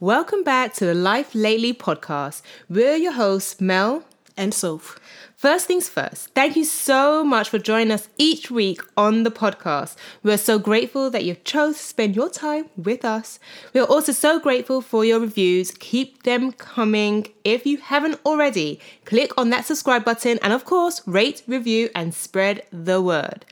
Welcome back to the Life Lately podcast. We're your hosts, Mel. and Soph. First things first, thank you so much for joining us each week on the podcast. We're so grateful that you've chose to spend your time with us. We're also so grateful for your reviews. Keep them coming. If you haven't already, click on that subscribe button and of course, rate, review and spread the word.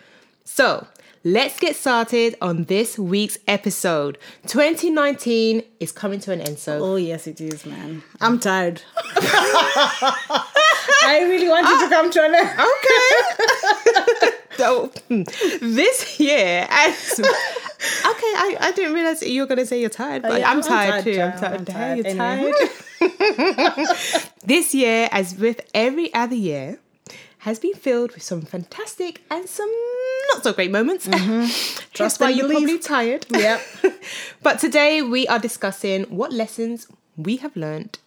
So, let's get started on this week's episode. 2019 is coming to an end, so Oh yes, it is, man. I'm tired. I really wanted to come to an end. So this year, as, okay, I, I didn't realize you were going to say you're tired, but Uh, yeah, I'm, I'm tired tired, too. I'm child. tired. Damn, I'm tired You're anyway. tired. this year, as with every other year, has been filled with some fantastic and some not so great moments. That's Mm-hmm. Trust why and you're believe. probably tired. Yep. but today we are discussing what lessons we have learned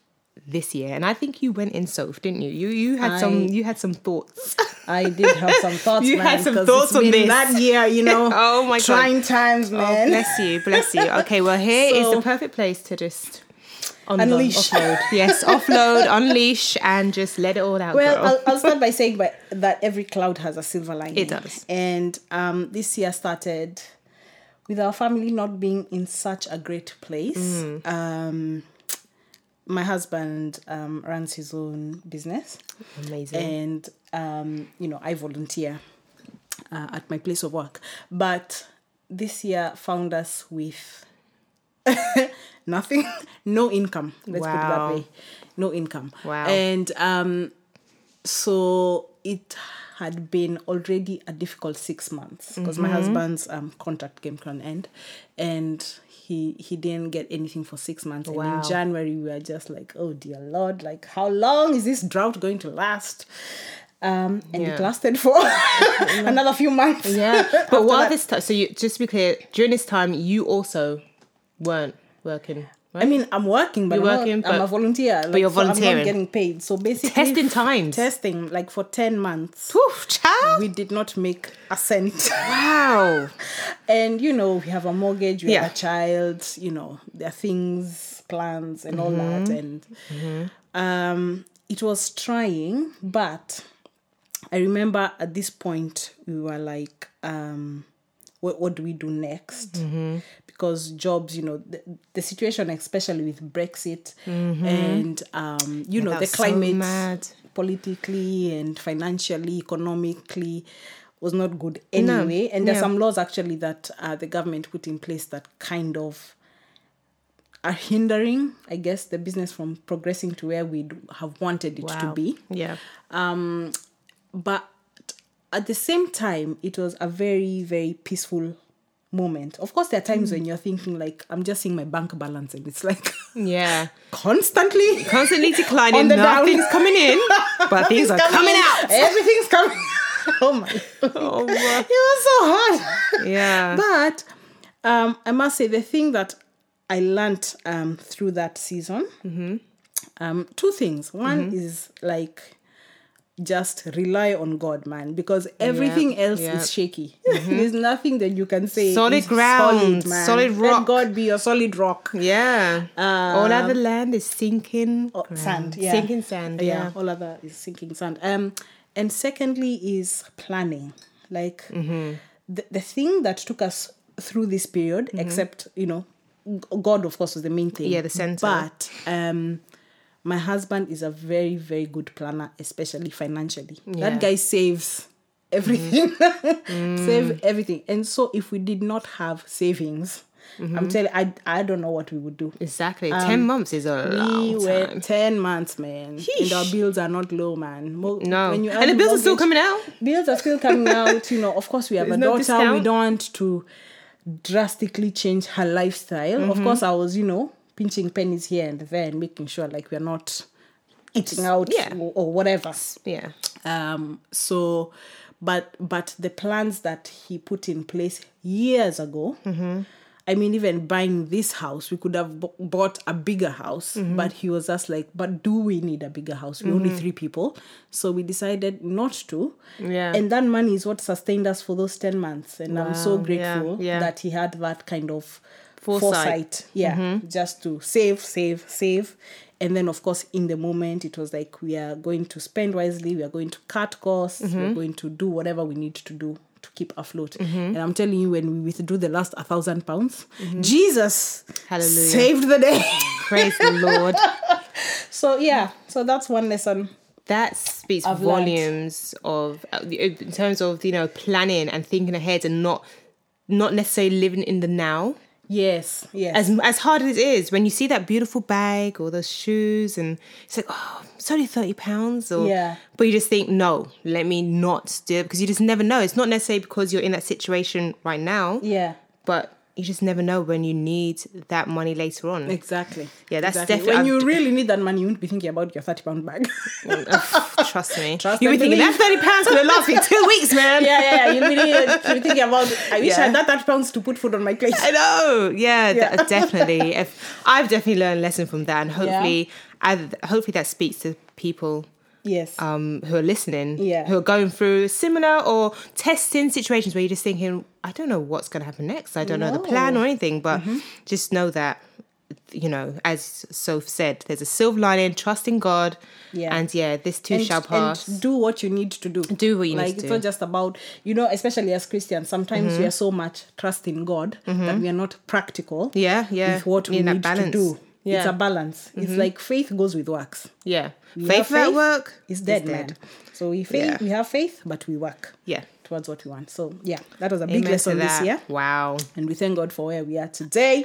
this year, and I think you went in Soph, didn't you? You you had some I- you had some thoughts. I did have some thoughts, You man. had some 'cause thoughts it's on been this. that year, you know. Oh my God. Oh, trying times, man. Bless you, bless you. Okay, well here is the So- perfect place to just unload, Unleash. offload. Yes, offload, unleash, and just let it all out. Well, girl. I'll, I'll start by saying by, that every cloud has a silver lining. It does. And um, this year started with our family not being in such a great place. Mm. Um, my husband um, runs his own business, amazing. and um, you know I volunteer uh, at my place of work. But this year found us with nothing, no income. Let's put it Wow. that way, no income. Wow. And um, so it had been already a difficult six months because Mm-hmm. my husband's um, contract came to an end, and he he didn't get anything for six months. Wow. And in January we were just like, oh dear lord, like how long is this drought going to last? Um, and it Yeah. lasted for another few months. yeah, but After while that- this time, so you just to be clear, during this time you also weren't working. Right? I mean, I'm working, but You're I'm, working, not, I'm but- a volunteer. like, you're so I'm volunteering. not getting paid. So basically, Testing times. testing like for ten months, Poof, child. we did not make a cent. Wow. and you know we have a mortgage we Yeah. have a child you know there are things plans and all that and um it was trying but i remember at this point we were like um what, what do we do next Mm-hmm. because jobs you know the, the situation especially with brexit and um you know the that's Mm-hmm. so climate mad. politically and financially, economically was not good anyway. And there's yeah. some laws actually that uh, the government put in place that kind of are hindering, I guess, the business from progressing to where we'd have wanted it to Wow. be. Yeah. But at the same time, it was a very, very peaceful moment. Of course, there are Hmm. times when you're thinking, like, I'm just seeing my bank balance and it's like Yeah. constantly. Constantly declining. On the down. Nothing's coming in, but things are coming out. Everything's coming. oh my! Oh, It was so hard. yeah. but um, I must say the thing that I learnt um, through that season, Mm-hmm. um, two things. One is like just rely on God, man, because everything else yeah. Mm-hmm. is shaky. There's nothing that you can say. Solid is ground, solid, man. solid rock. Let God be your solid rock. Yeah. All other land is sinking Um, Oh, ground. sand, yeah. Sinking sand. yeah, Yeah. all other is sinking sand um and secondly is planning like Mm-hmm. the, the thing that took us through this period except you know g- god of course was the main thing Mm-hmm. Yeah, the center. but um my husband is a very very good planner especially financially Yeah. Mm-hmm. that guy saves everything save everything and so if we did not have savings Mm-hmm. i'm telling i i don't know what we would do Exactly. Um, Ten months is a we long were time. 10 months, man. And our bills are not low, man. Mo- No. when you And earn the bills are still mortgage- coming out. Bills are still coming out. You know, of course, we have a no daughter. We discount. don't want to drastically change her lifestyle. Of Mm-hmm. course, I was, you know, pinching pennies here and there and making sure like we're not eating out Yeah. or, or whatever. Yeah. Um, so, but but the plans that he put in place years ago. I mean, even buying this house, we could have b- bought a bigger house, but he was just like, "But do we need a bigger house? We're only three people." So we decided not to. Yeah. And that money is what sustained us for those ten months, and I'm so Wow, yeah, grateful yeah. that he had that kind of Foresight. Yeah, just to save, save, save. And then, of course, in the moment, it was like we are going to spend wisely, we are going to cut costs, we're going to do whatever we need to do to keep afloat. And I'm telling you, when we withdrew the last a thousand pounds, Jesus Hallelujah. saved the day. Praise the Lord. so, yeah, so that's one lesson. That speaks I've learned. volumes of uh, in terms of you know planning and thinking ahead and not not necessarily living in the now. Yes, yes. As as hard as it is, when you see that beautiful bag or those shoes, and it's like, oh, it's only thirty pounds, or Yeah. But you just think, no, let me not do it because you just never know. It's not necessarily because you're in that situation right now, yeah. but you just never know when you need that money later on. Exactly. Yeah, that's Exactly. definitely- when you I've- really need that money, you won't be thinking about your thirty pound bag. Trust me. Trust You'll be and thinking that thirty pounds gonna last me two weeks, man. yeah, yeah, yeah. You'll be, you'll be thinking about. I wish I Yeah. had that thirty pounds to put food on my plate. I know. Yeah, de- definitely. If I've definitely learned a lesson from that, and hopefully, I, hopefully that speaks to people Yes. um, who are listening, Yeah. who are going through similar or testing situations where you're just thinking, I don't know what's going to happen next. I don't know the plan or anything, but Mm-hmm. just know that, you know, as Soph said, there's a silver lining, trust in God. Yeah. And yeah, this too and, shall and pass. do what you need to do. Do what you need like, to It's do. not just about you know, especially as Christians, sometimes we are so much trust in God that we are not practical. Mm-hmm. Yeah, yeah. With what we Need that need to balance. do. It's Yeah. Mm-hmm. a balance. It's like faith goes with works. yeah. We Faith have without work is dead, man. So we faith, Yeah. we have faith, but we work Yeah. towards what we want. So yeah, that was a big Amen to lesson this that. year. Wow. And we thank God for where we are today.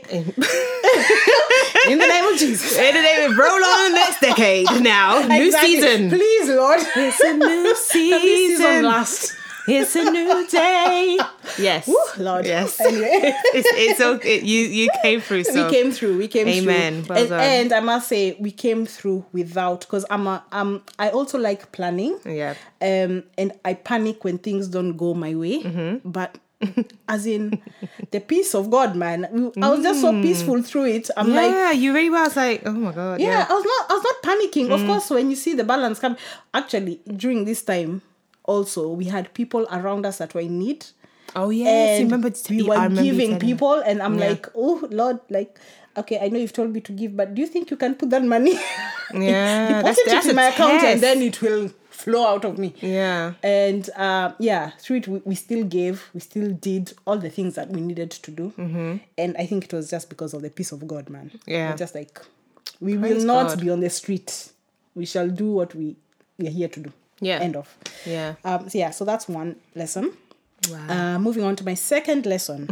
In the name of Jesus. And then we roll on the next decade now. New Exactly. season. Please, Lord. It's a new Let this season season. last. It's a new day. Yes. Lord. Yes. Anyway. it's it's okay. you you came through so we came through. We came Amen. through. Well and, done. and I must say, we came through without because I'm a um I also like planning. Yeah. Um and I panic when things don't go my way. Mm-hmm. But as in the peace of God, man. We- I was just so peaceful through it. I'm like Mm. yeah you really were I was like oh my god yeah, yeah, Mm. I was not I was not panicking. Of course, when you see the balance come, actually during this time, also we had people around us that were in need. oh yes And you remember to we me, were I remember you giving telling me. people, and I'm like, oh Lord, like, okay, I know you've told me to give, but do you think you can put that money? Yeah, deposit that's- it that's in a my account, test. and then it will flow out of me. yeah And uh, yeah, through it, we, we still gave, we still did all the things that we needed to do. And I think it was just because of the peace of God, man. Mm-hmm. Yeah. We're just like, we Praise will not God. be on the street. We shall do what we, we are here to do. Yeah. End of. yeah Um, so yeah, so that's one lesson. wow Uh, moving on to my second lesson.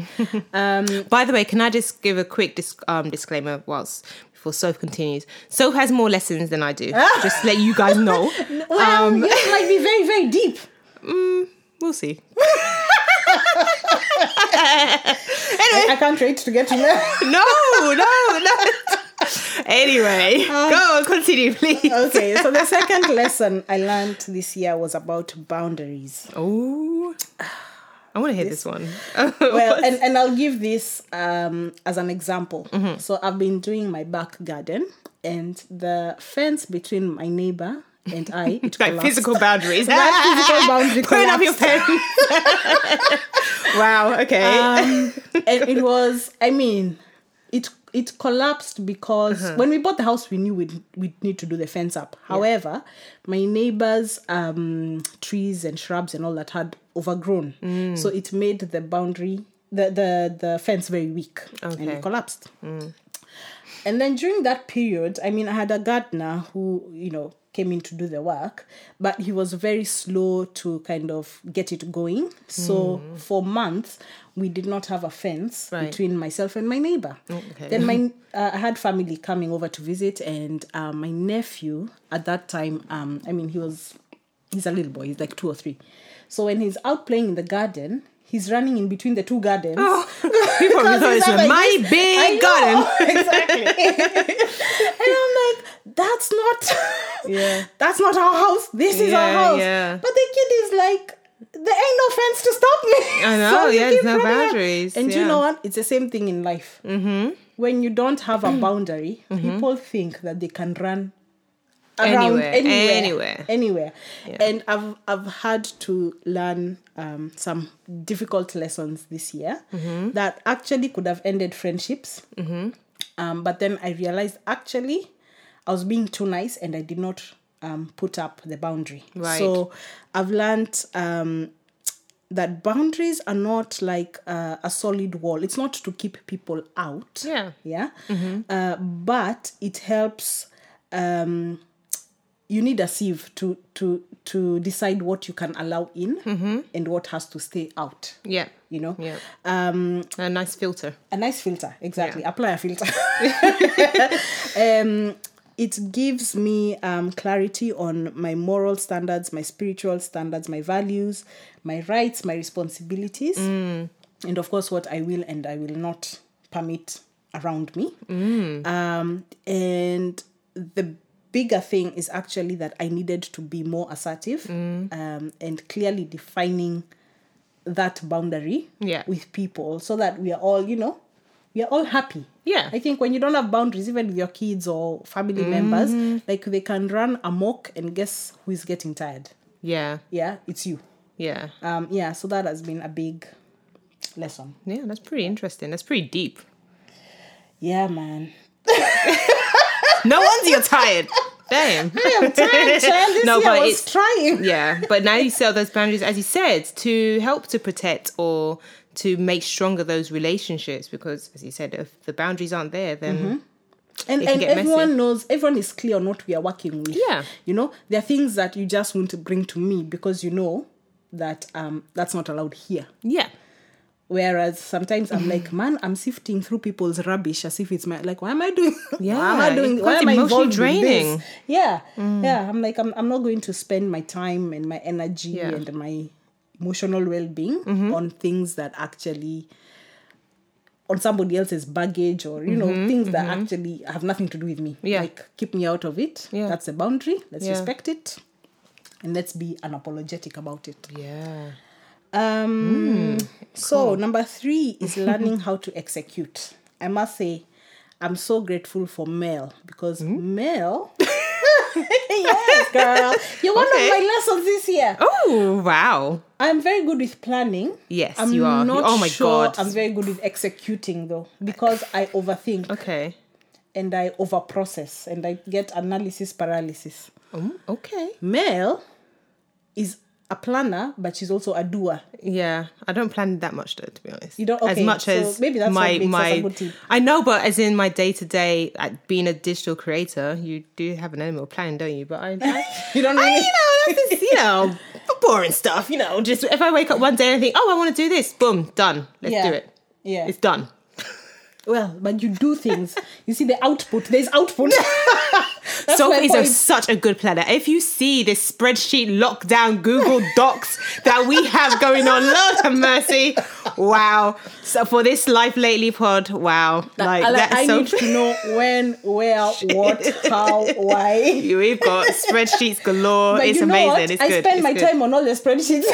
um, by the way can I just give a quick dis- um disclaimer whilst before Soph continues Soph has more lessons than I do just to let you guys know well, yours might be very, very deep. we'll see I, I can't wait to get to know. no no no anyway go on continue please Uh, okay, so the second lesson I learned this year was about boundaries. oh I want to hear this, one. well and, and i'll give this um, as an example so i've been doing my back garden and the fence between my neighbor and i it like collapsed. physical boundaries. That physical boundary Putting up your pen. wow. Okay. um, and it was i mean it it collapsed because when we bought the house we knew we'd, we'd need to do the fence up however my neighbors um trees and shrubs and all that had overgrown so it made the boundary the the, the fence very weak and Okay. it collapsed and then during that period i mean i had a gardener who you know came in to do the work but he was very slow to kind of get it going so for months we did not have a fence Hmm. Right. between myself and my neighbor Okay. then my uh, i had family coming over to visit and uh, my nephew at that time um i mean he was he's a little boy he's like two or three so when he's out playing in the garden he's running in between the two gardens you probably because thought he's this not was like my this. I big know, garden. exactly. and I'm like, that's not. Yeah. That's not our house. This is our Yeah, house. yeah. But the kid is like, there ain't no fence to stop me. I know, he yeah, there's keeps no running around. boundaries, And you yeah. Mm-hmm. know what? It's the same thing in life. When you don't have a boundary, people think that they can run around Anywhere, anywhere anywhere. anywhere. and i've i've had to learn um, some difficult lessons this year Mm-hmm. that actually could have ended friendships um, but then i realized actually i was being too nice and i did not um, put up the boundary Right. so i've learned um, that boundaries are not like uh, a solid wall it's not to keep people out Yeah. yeah uh, but it helps um you need a sieve to to to decide what you can allow in and what has to stay out Yeah. you know Mm-hmm. Yeah. um A nice filter. a nice filter exactly apply a filter um it gives me um, clarity on my moral standards, my spiritual standards, my values, my rights, my responsibilities, and of course, what I will and I will not permit around me. Um, and the bigger thing is actually that I needed to be more assertive um, and clearly defining that boundary Yeah. with people so that we are all, you know, we are all happy. Yeah. I think when you don't have boundaries, even with your kids or family members, like they can run amok and guess who is getting tired? Yeah. Yeah, it's you. Yeah. Um, yeah, so that has been a big lesson. Yeah, that's pretty interesting. That's pretty deep. Yeah, man. No wonder you're tired. Damn. I'm tired, child. This No, year but I was it's- trying. Yeah, but now you set up those boundaries, as you said, to help to protect or to make stronger those relationships. Because, as you said, if the boundaries aren't there, then Mm-hmm. and, can and get everyone messy. knows everyone is clear on what we are working with Yeah. you know there are things that you just want to bring to me because you know that um that's not allowed here yeah, whereas sometimes i'm like man i'm sifting through people's rubbish as if it's my like why am i doing why am Yeah, i it doing why becomes am i emotionally involved draining. Mm. with this? yeah yeah i'm like I'm, I'm not going to spend my time and my energy Yeah. Mm-hmm. and my emotional well-being on things that actually on somebody else's baggage or you know things that actually have nothing to do with me Mm-hmm. Yeah. like keep me out of it Yeah. that's a boundary let's Yeah. respect it and let's be unapologetic about it yeah, um, Mm, So, number three is learning how to execute. I must say, I'm so grateful for Mel because Hmm? Mel. yes, girl. You're one Okay. of my lessons this year. oh wow, I'm very good with planning. Yes, I'm you are. Not Oh my sure God. I'm very good with executing though because I overthink okay, and I overprocess and I get analysis paralysis. oh, okay, Mel is a planner, but she's also a doer. yeah. I don't plan that much though, to be honest. You don't- as okay, much so as maybe that's my what makes us my. a good team. I know, but as in my day to day, at being a digital creator, you do have an element of planning, don't you? But I, I You don't really. I, you know, that's just, you know, the boring stuff. You know, just if I wake up one day and think, oh, I want to do this, boom, done. Let's Yeah. do it. Yeah. It's done. Well, but you do things. you see the output. There's output. That's So my is a, point. such a good planner. If you see this spreadsheet lockdown Google Docs that we have going on, Lord have mercy. Wow. So for this Life Lately pod, wow. Like, I, like- that's I so need to know when, where, what, how, why. We've got spreadsheets galore. But it's you know amazing. what? It's I good. spend It's my good. time on all the spreadsheets,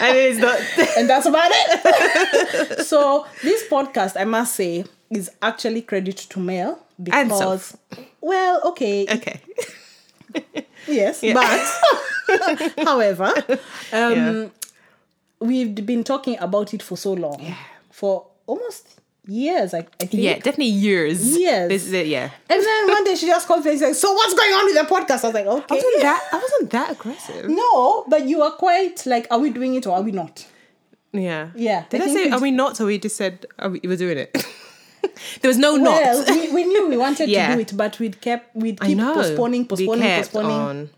and it's not. and that's about it. so this podcast, I must say, is actually credit to Mel And because, well, okay, Okay. yes, but however, um, we've been talking about it for so long, for almost years, I, I think. Yeah, definitely years. Years. This is it, yeah. And then one day she just called me and said, So what's going on with the podcast? I was like, I Okay. wasn't that, I wasn't that aggressive. No, but you are quite like, Are we doing it or are we not? Yeah. Yeah, Did I I, think say, we are we not? Or we just said, are we, we're doing it? there was no Well, not. we, we knew we wanted Yeah. to do it, but we'd kept we'd I keep know. postponing, We postponing, kept postponing, on.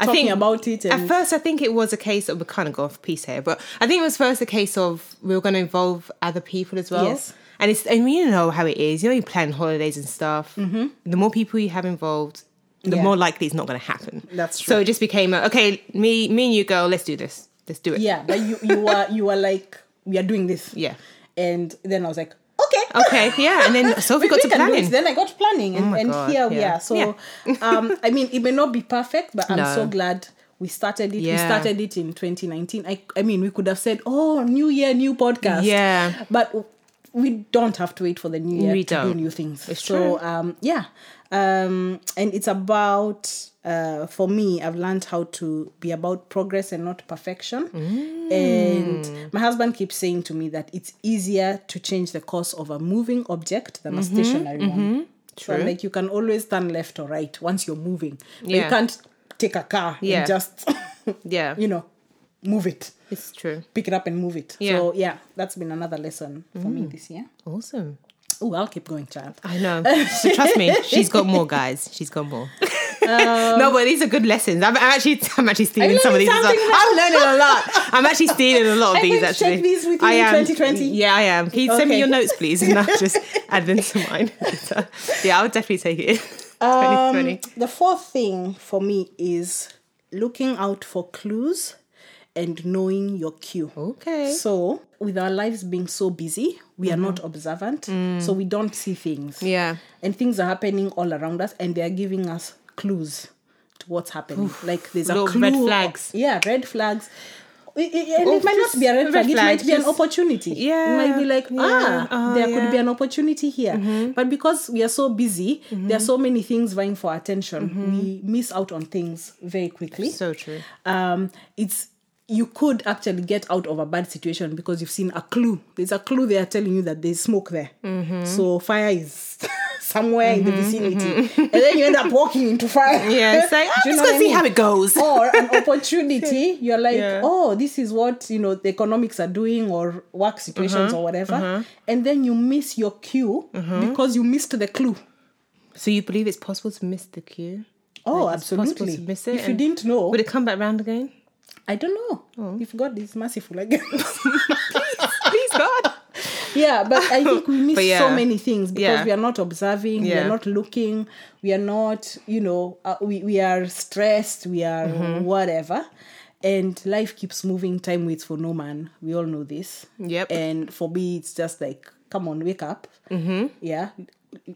I talking think about it at and first, I think it was a case of we kind of gone off piece here, but I think it was first a case of we were going to involve other people as well. Yes. And it's and you know how it is. You know, you plan holidays and stuff. Mm-hmm. The more people you have involved, the Yeah. more likely it's not going to happen. That's So true. it just became a, okay. Me, me and you, girl. Let's do this. Let's do it. Yeah, but you you were you were like, We are doing this. Yeah. And then I was like, Okay. Okay. Yeah. And then so we got to can do it. planning. Then I got planning, and, Oh my and God, here we yeah. are. So, um, I mean, it may not be perfect, but I'm No. so glad we started it. We Yeah. started it in 2019. I, I mean, we could have said, "Oh, new year, new podcast." Yeah. but we don't have to wait for the new year We to don't. do new things. It's so, um, yeah, um, and it's about uh, for me i've learned how to be about progress and not perfection Mm. and my husband keeps saying to me that it's easier to change the course of a moving object than a Mm-hmm, stationary one so I'm like you can always turn left or right once you're moving But you Yeah. can't take a car Yeah. and just Yeah. you know move it It's true. pick it up and move it Yeah. Mm. so yeah that's been another lesson for me this year Awesome. oh i'll keep going child I know. So trust me, she's got more guys. She's got more. no, but these are good lessons. I'm, I'm actually, I'm actually stealing I'm some of these. learning As well. something I'm learning a lot. I'm actually stealing a lot of I'm these. going to Actually, take these with me in 2020. Yeah, I am. Can you send me Okay. your notes, please, and I'll just add them to mine. So, yeah, I would definitely take it. Um, 2020. the fourth thing for me is looking out for clues and knowing your cue. Um, Okay. So, with our lives being so busy, we are not observant, so we don't see things. Yeah. And things are happening all around us, and they are giving us clues to what's happening. Like there's a Little clue. red flags. Yeah, red flags. I- I- And Or it might not just be a red red flag, it flag, might be an just- opportunity. It might Yeah, be like, yeah, ah, oh, there could yeah. Mm-hmm. be an opportunity here. But because we are so busy, there are so many things vying for attention, Mm-hmm. we miss out on things very quickly So true. um, it's you could actually get out of a bad situation because you've seen a clue. There's a clue they are telling you that there's smoke there. Mm-hmm. So fire is somewhere in the vicinity. And then you end up walking into fire. mm-hmm. Yeah, it's like, I'm Do just you going know what I to see mean? how it goes. or an opportunity you're like Yeah. oh this is what you know the economics are doing or work Mm-hmm, situations or whatever and then you miss your cue because you missed the clue So you believe it's possible to miss the cue? oh Like, it's possible to absolutely miss it if you and- didn't know Would it come back round again? i don't know Oh. if god is merciful i guess Please, God. yeah but i think we miss But so yeah. many things because Yeah. we are not observing we are Yeah. not looking we are not you know uh, we, we are stressed we are Mm-hmm. whatever and life keeps moving time waits for no man we all know this Yep. and for me it's just like come on wake up mm-hmm. yeah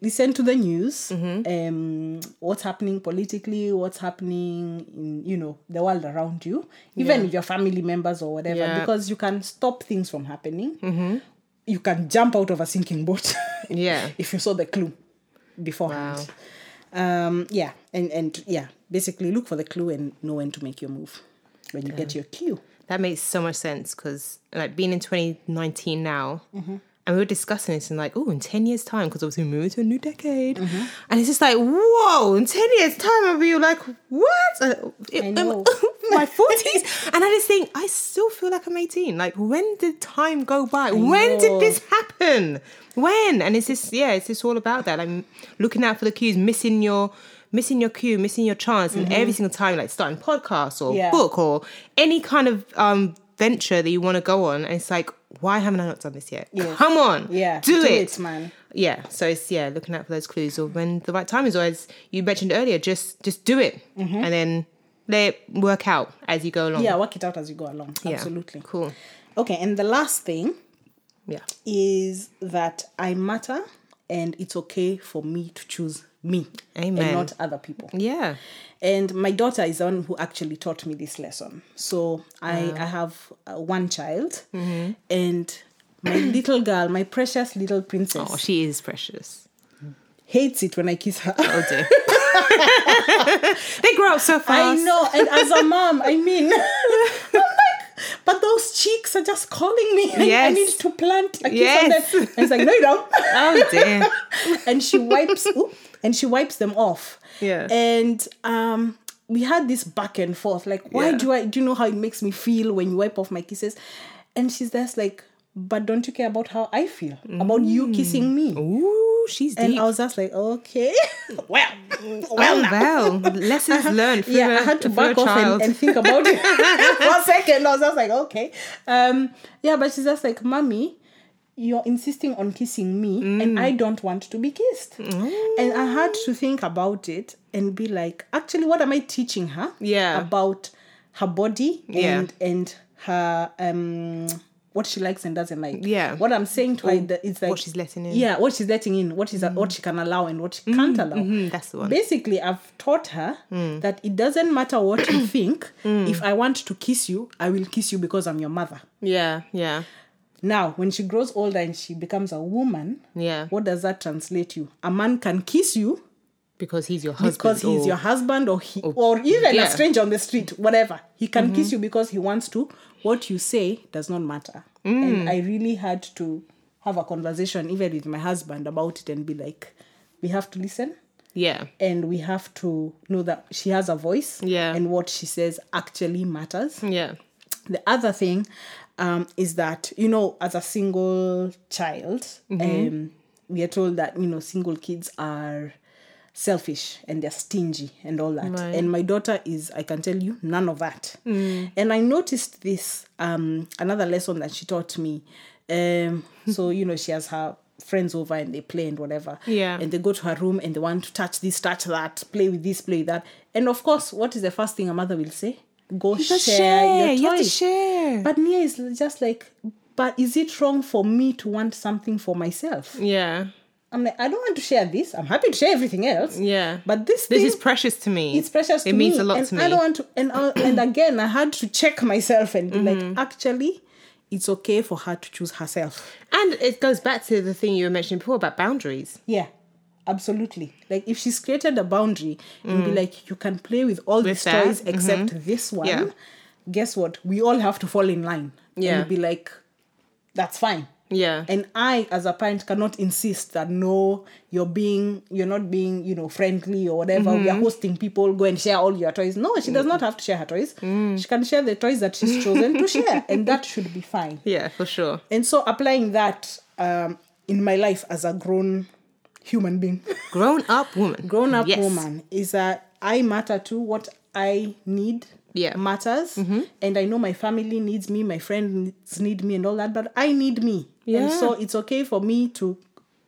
listen to the news Mm-hmm. um what's happening politically what's happening in you know the world around you even with your family members or whatever Yeah. Mm-hmm. because you can stop things from happening you can jump out of a sinking boat Yeah. if you saw the clue beforehand um yeah and and yeah basically look for the clue and know when to make your move when you get your cue That makes so much sense because, like, being in 2019 now, Mm-hmm. and we were discussing this and, like, oh, in 10 years' time, because obviously we moved to a new decade. Mm-hmm. And it's just like, whoa, in 10 years' time, I'll be like, what? Uh, it- I um, know. my 40s. and I just think, I still feel like I'm 18. Like, when did time go by? when know. did this happen? When? And it's just, yeah, it's just all about that. Like, looking out for the cues, missing your. Missing your cue, missing your chance, and every single time, like starting podcasts or Mm-hmm. Yeah. book or any kind of um venture that you want to go on and it's like why haven't i not done this yet Yes. come on yeah do, it. man yeah so it's yeah looking out for those clues or when the right time is or as you mentioned earlier just just do it and then let it work out as you go along Mm-hmm. yeah work it out as you go along Yeah. absolutely cool okay and the last thing yeah is that i matter and it's okay for me to choose me and Amen. not other people yeah and my daughter is the one who actually taught me this lesson so i i have uh, one child Mm-hmm. and my little girl my precious little princess oh she is precious hates it when i kiss her oh dear they grow up so i fast know and as a mom i mean I'm like, But those cheeks are just calling me. I- I Yes. need to plant a kiss Yes. on them. And it's like, no, you don't. oh dear and she wipes oop, and she wipes them off. Yeah. And um we had this back and forth like why Yeah. do I do you know how it makes me feel when you wipe off my kisses? And she's just like but don't you care about how I feel about you kissing me? Ooh, she's Mm. Oh, deep And I was just like, okay, well, well oh, now. well lessons learned from Uh-huh. Yeah, a- I had to from a back off and, child. and think about it for a second. I was just like, okay. Um, yeah, but she's just like, Mommy, you're insisting on kissing me, and Mm. I don't want to be kissed. And I had to think about it and be like, actually, what am I teaching her? Yeah. About her body Yeah. and and her um what she likes and doesn't like. Yeah. What I'm saying to her is that- is like what she's letting in. Yeah, what she's letting in, what is what she can allow and what she can't allow Mm, that's the one Hmm. basically i've taught her that it doesn't matter what you think if i want to kiss you i will kiss you because i'm your mother Yeah, yeah, now when she grows older and she becomes a woman yeah. what does that translate to a man can kiss you because he's your husband. because he's or- your husband or he or, even yeah. Mm-hmm. a stranger on the street whatever he can kiss you because he wants to what you say does not matter Mm. and i really had to have a conversation even with my husband about it and be like we have to listen Oh, Yeah. and we have to know that she has a voice Yeah. and what she says actually matters Yeah. the other thing um, is that you know as a single child Mm-hmm. um, we are told that you know single kids are selfish and they're stingy and all that Right. Mm. and my daughter is i can tell you none of that and i noticed this um, another lesson that she taught me um, so you know she has her friends over and they play and whatever Yeah. and they go to her room and they want to touch this touch that play with this play with that and of course what is the first thing a mother will say go share, your toy You have to share. but Nia is just like, but is it wrong for me to want something for myself? Yeah. I'm like, I don't want to share this. I'm happy to share everything else. Yeah. But this This thing, is precious to me. it's precious. It to means me, a lot and to me. I don't want to. And I, and again, I had to check myself and be Mm-hmm. like, actually, it's okay for her to choose herself. And it goes back to the thing you were mentioning before about boundaries. Yeah. Absolutely. Like if she's created a boundary and be like, you can play with all these Mm. that, mm-hmm. toys except this one. Yeah. Guess what? We all have to fall in line. Yeah. And be like, that's fine. Yeah. and i as a parent cannot insist that no you're being you're not being you know friendly or whatever we Mm-hmm. are hosting people go and share all your toys no she Mm. does not have to share her toys she can share the toys that she's chosen to share and that should be fine yeah, for sure. and so applying that um, in my life as a grown human being Grown up woman. grown up Yes. woman is that I matter to what I need Yeah. Mm-hmm. matters. And I know my family needs me, my friends need me, and all that, but I need me. And Yeah. so it's okay for me to,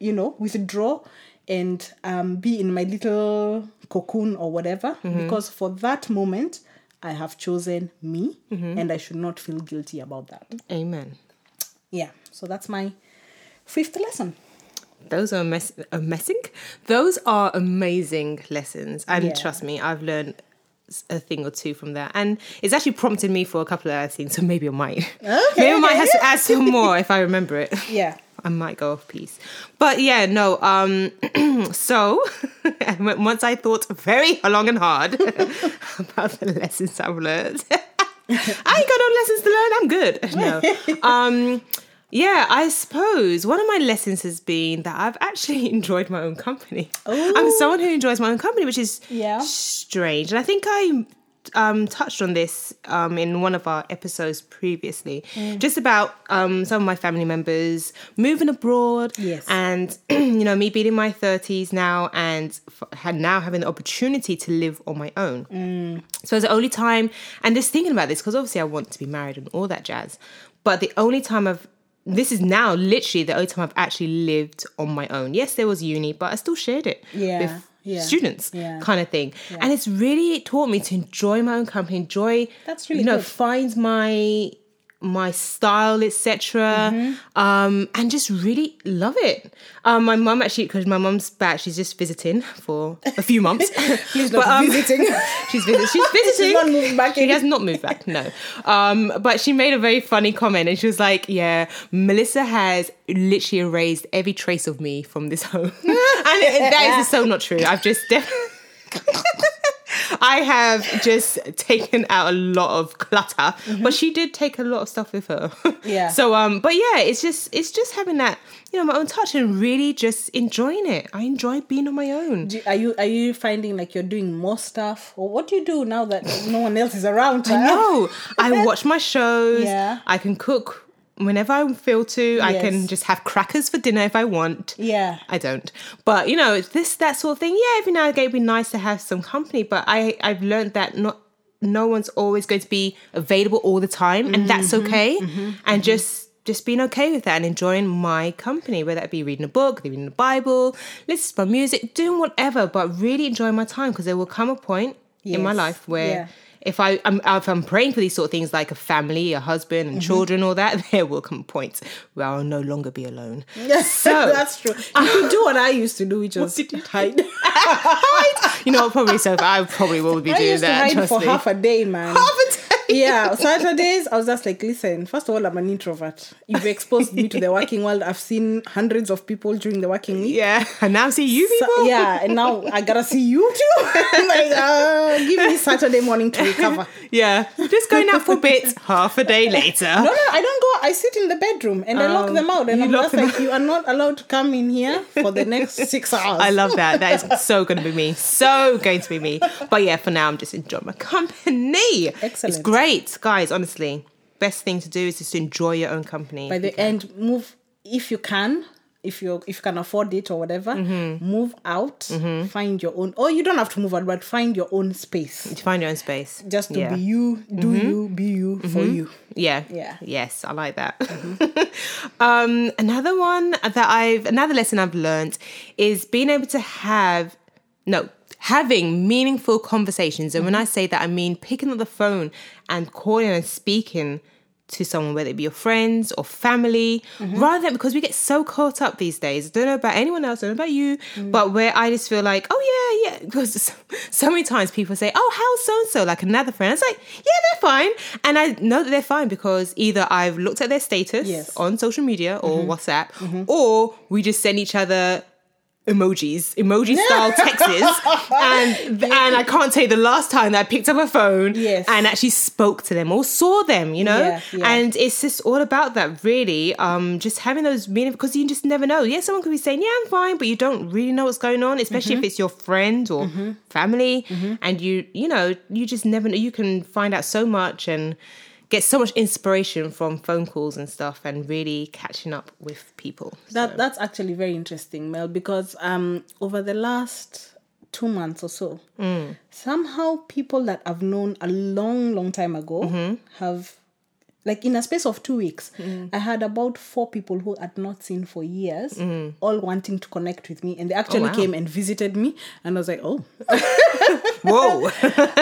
you know, withdraw and um, be in my little cocoon or whatever, Mm-hmm. because for that moment, I have chosen me Mm-hmm. and I should not feel guilty about that. Amen. Yeah. So that's my fifth lesson. Those are mes- amazing. Those are amazing lessons, and Yeah. trust me, I've learned s- a thing or two from that, and it's actually prompted me for a couple of other things. So maybe I might, maybe I might okay, have to add some more if I remember it. Yeah. I might go off piece, but yeah, no. Um, so and when- once I thought very long and hard about the lessons I've learned. I ain't got no lessons to learn. I'm good. No. Um, yeah, I suppose one of my lessons has been that I've actually enjoyed my own company. I'm someone who enjoys my own company, which is Yeah. strange. And I think I um, touched on this um, in one of our episodes previously, Mm. just about um, some of my family members moving abroad. Yes. And, you know, me being in my 30s now and f- had now having the opportunity to live on my own. Mm. So it's the only time, and just thinking about this because obviously I want to be married and all that jazz. But the only time I've this is now literally the only time I've actually lived on my own. Yes, there was uni, but I still shared it Yeah, with yeah, students, yeah. kind of thing. And it's really taught me to enjoy my own company, enjoy That's really you know good. find my my style, etc. Mm-hmm. Um, and just really love it. Um, my mum actually, because my mum's back, she's just visiting for a few months. um, Please not visiting. She's visiting. She's visiting. not moving back She in. has not moved back. No. Um, but she made a very funny comment, and she was like, "Yeah, Melissa has literally erased every trace of me from this home," and it- that is so not true. I've just definitely. I have just taken out a lot of clutter, but she did take a lot of stuff with her. Mm-hmm. Yeah. So um, but yeah, it's just it's just having that you know my own touch and really just enjoying it. I enjoy being on my own. Do, are you are you finding like you're doing more stuff or what do you do now that no one else is around? I know. I watch my shows. Yeah. I can cook whenever I feel to. I can Yes. just have crackers for dinner if I want. Yeah. I don't. But you know, it's this that sort of thing. Yeah, every now and again it'd be nice to have some company, but I I've learned that not no one's always going to be available all the time and that's Mm-hmm, okay. and just just being okay with that and enjoying my company, whether it be reading a book, reading the Bible, listening to my music, doing whatever, but really enjoying my time because there will come a point in my Yes. life where Yeah. if I I'm, if I'm praying for these sort of things like a family, a husband, Mm-hmm. and children, all that, there will come a point where I'll no longer be alone. Yes, So- that's true. You could do what I used to do, which was did you do? hide. you know, what, probably so. I probably will be I doing used that. to trust hide for me. half a day, man. Half a day. yeah, Saturdays, I was just like, listen, first of all, I'm an introvert. You've exposed me to the working world. I've seen hundreds of people during the working week. Yeah, and now see you So- people. yeah, and now I gotta see you too. I'm like, uh, give me Saturday morning to recover. yeah. Just going out for bits half a day later. No, no, I don't go. I sit in the bedroom and I lock Um, them out, and you I'm lock just them like, you are not allowed to come in here for the next six hours. I love that. That is so going to be me. So going to be me. But yeah, for now, I'm just enjoying my company. It's Excellent. great, guys. Honestly, best thing to do is just enjoy your own company. By the end, move if you can. If you if you can afford it or whatever, move out, find your own. Or you don't have to move out, but find your own space. to find your own space. Just to yeah. be you, do you, be you for you. Yeah. Yeah. Mm-hmm. Yes, I like that. um, another one that I've another lesson I've learned is being able to have no having meaningful conversations. And when I say that, I mean picking up the phone and calling and speaking to someone, whether it be your friends or family, rather than because we get so caught up these days. I don't know about anyone else, I don't know about you, but where I just feel like, oh yeah, yeah, because so, so many times people say, oh, how's so and so, like another friend. It's like, yeah, they're fine, and I know that they're fine because either I've looked at their status Yes. Mm-hmm. on social media or WhatsApp, or we just send each other emojis, emoji style texts, and and I can't tell you the last time that I picked up a phone Yes. and actually spoke to them or saw them, you know. Yeah, yeah. And it's just all about that, really. Um, just having those meaning because you just never know. Yeah, someone could be saying, "Yeah, I'm fine," but you don't really know what's going on, especially if it's your friend or family, and you you know you just never know. You can find out so much and. Get so much inspiration from phone calls and stuff, and really catching up with people. That that's actually very interesting, Mel, because um over the last two months or so, somehow people that I've known a long, long time ago have like in a space of two weeks, I had about four people who I'd not seen for years, all wanting to connect with me, and they actually wow. came and visited me, and I was like, oh, Whoa!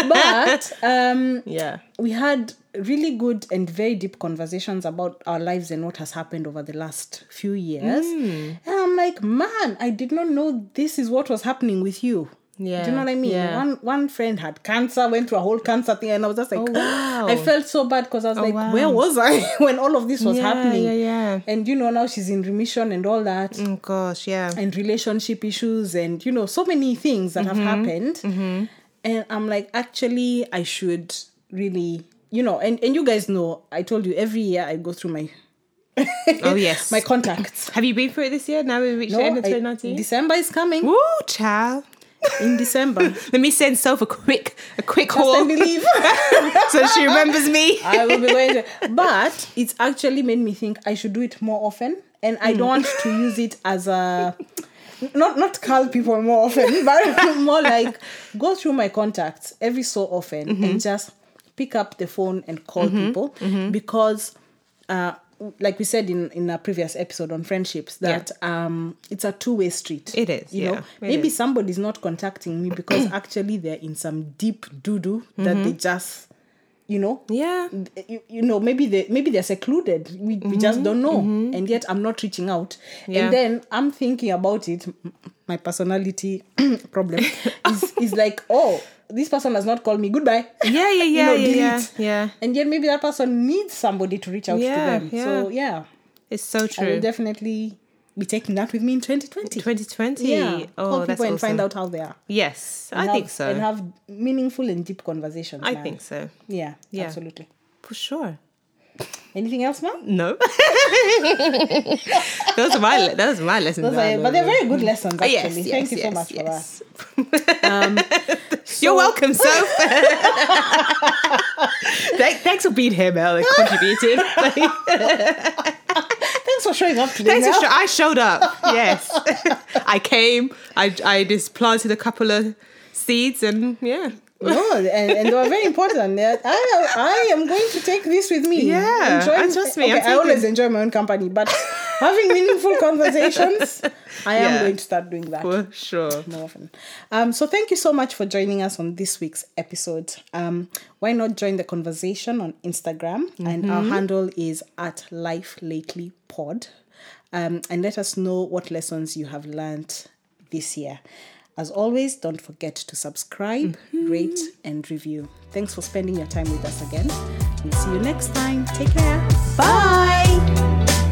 but um, yeah. we had really good and very deep conversations about our lives and what has happened over the last few years. Mm. And I'm like, man, I did not know this is what was happening with you. Do Yeah, you know what I mean? yeah. One one friend had cancer, went through a whole cancer thing, and I was just like, Oh, wow. Oh, I felt so bad because I was like, wow. where was I when all of this was Yeah, happening? yeah, yeah. And you know, now she's in remission and all that Oh gosh, yeah. and relationship issues and you know so many things that have Mm-hmm. happened and i'm like actually i should really you know and, and you guys know i told you every year i go through my Oh yes. my contacts Have you been through it this year? Now we've reached the end of I- 2019. december is coming Woo, child. in december Let me send Soph a quick a quick I call believe so she remembers me. i will be going to- but it's actually made me think i should do it more often and i don't want to use it as a not not call people more often, but more like go through my contacts every so often Mm-hmm. and just pick up the phone and call people because, uh, like we said in in a previous episode on friendships, that um it's a two way street. It is, you yeah, know. it Maybe is. somebody's not contacting me because actually they're in some deep doo doo that Mm-hmm. they just, you know, Yeah. you, you know maybe they maybe they're secluded we, we just don't know and yet i'm not reaching out Mm-hmm, Yeah. and then i'm thinking about it m- my personality problem is, is like oh this person has not called me goodbye Yeah, yeah, You yeah, know, yeah, yeah, delete. yeah. and yet maybe that person needs somebody to reach out Yeah, to them so yeah It's so i will true. definitely be taking that with me in 2020 2020. yeah Oh, call that's people and awesome. find out how they are Yes, I And think have- so. and have meaningful and deep conversations I man. think so. yeah, Yeah. absolutely For sure. anything else ma'am No. those are my those are my lessons. Those that I are- but learned. they're very good lessons, actually. Oh, yes, Thank you so yes, much for that. yes. Um, You're welcome, Soph. Thank- Thanks for being here, Mel, and contributing. Thanks for showing up today. Thanks for Mel. sho- I showed up. Yes, I came. I I just planted a couple of seeds, and yeah, No, and, and they were very important. Yeah, I, I am going to take this with me. Yeah, and trust me, I'm okay, taking- I always enjoy my own company, but having meaningful conversations, I am Yeah. going to start doing that. for sure. more often. Um, so thank you so much for joining us on this week's episode. Um, why not join the conversation on Instagram? And our handle is at Life Lately Pod. Um, and let us know what lessons you have learned this year. As always, don't forget to subscribe, rate, and review. Thanks for spending your time with us again. We'll see you next time. Take care. Bye.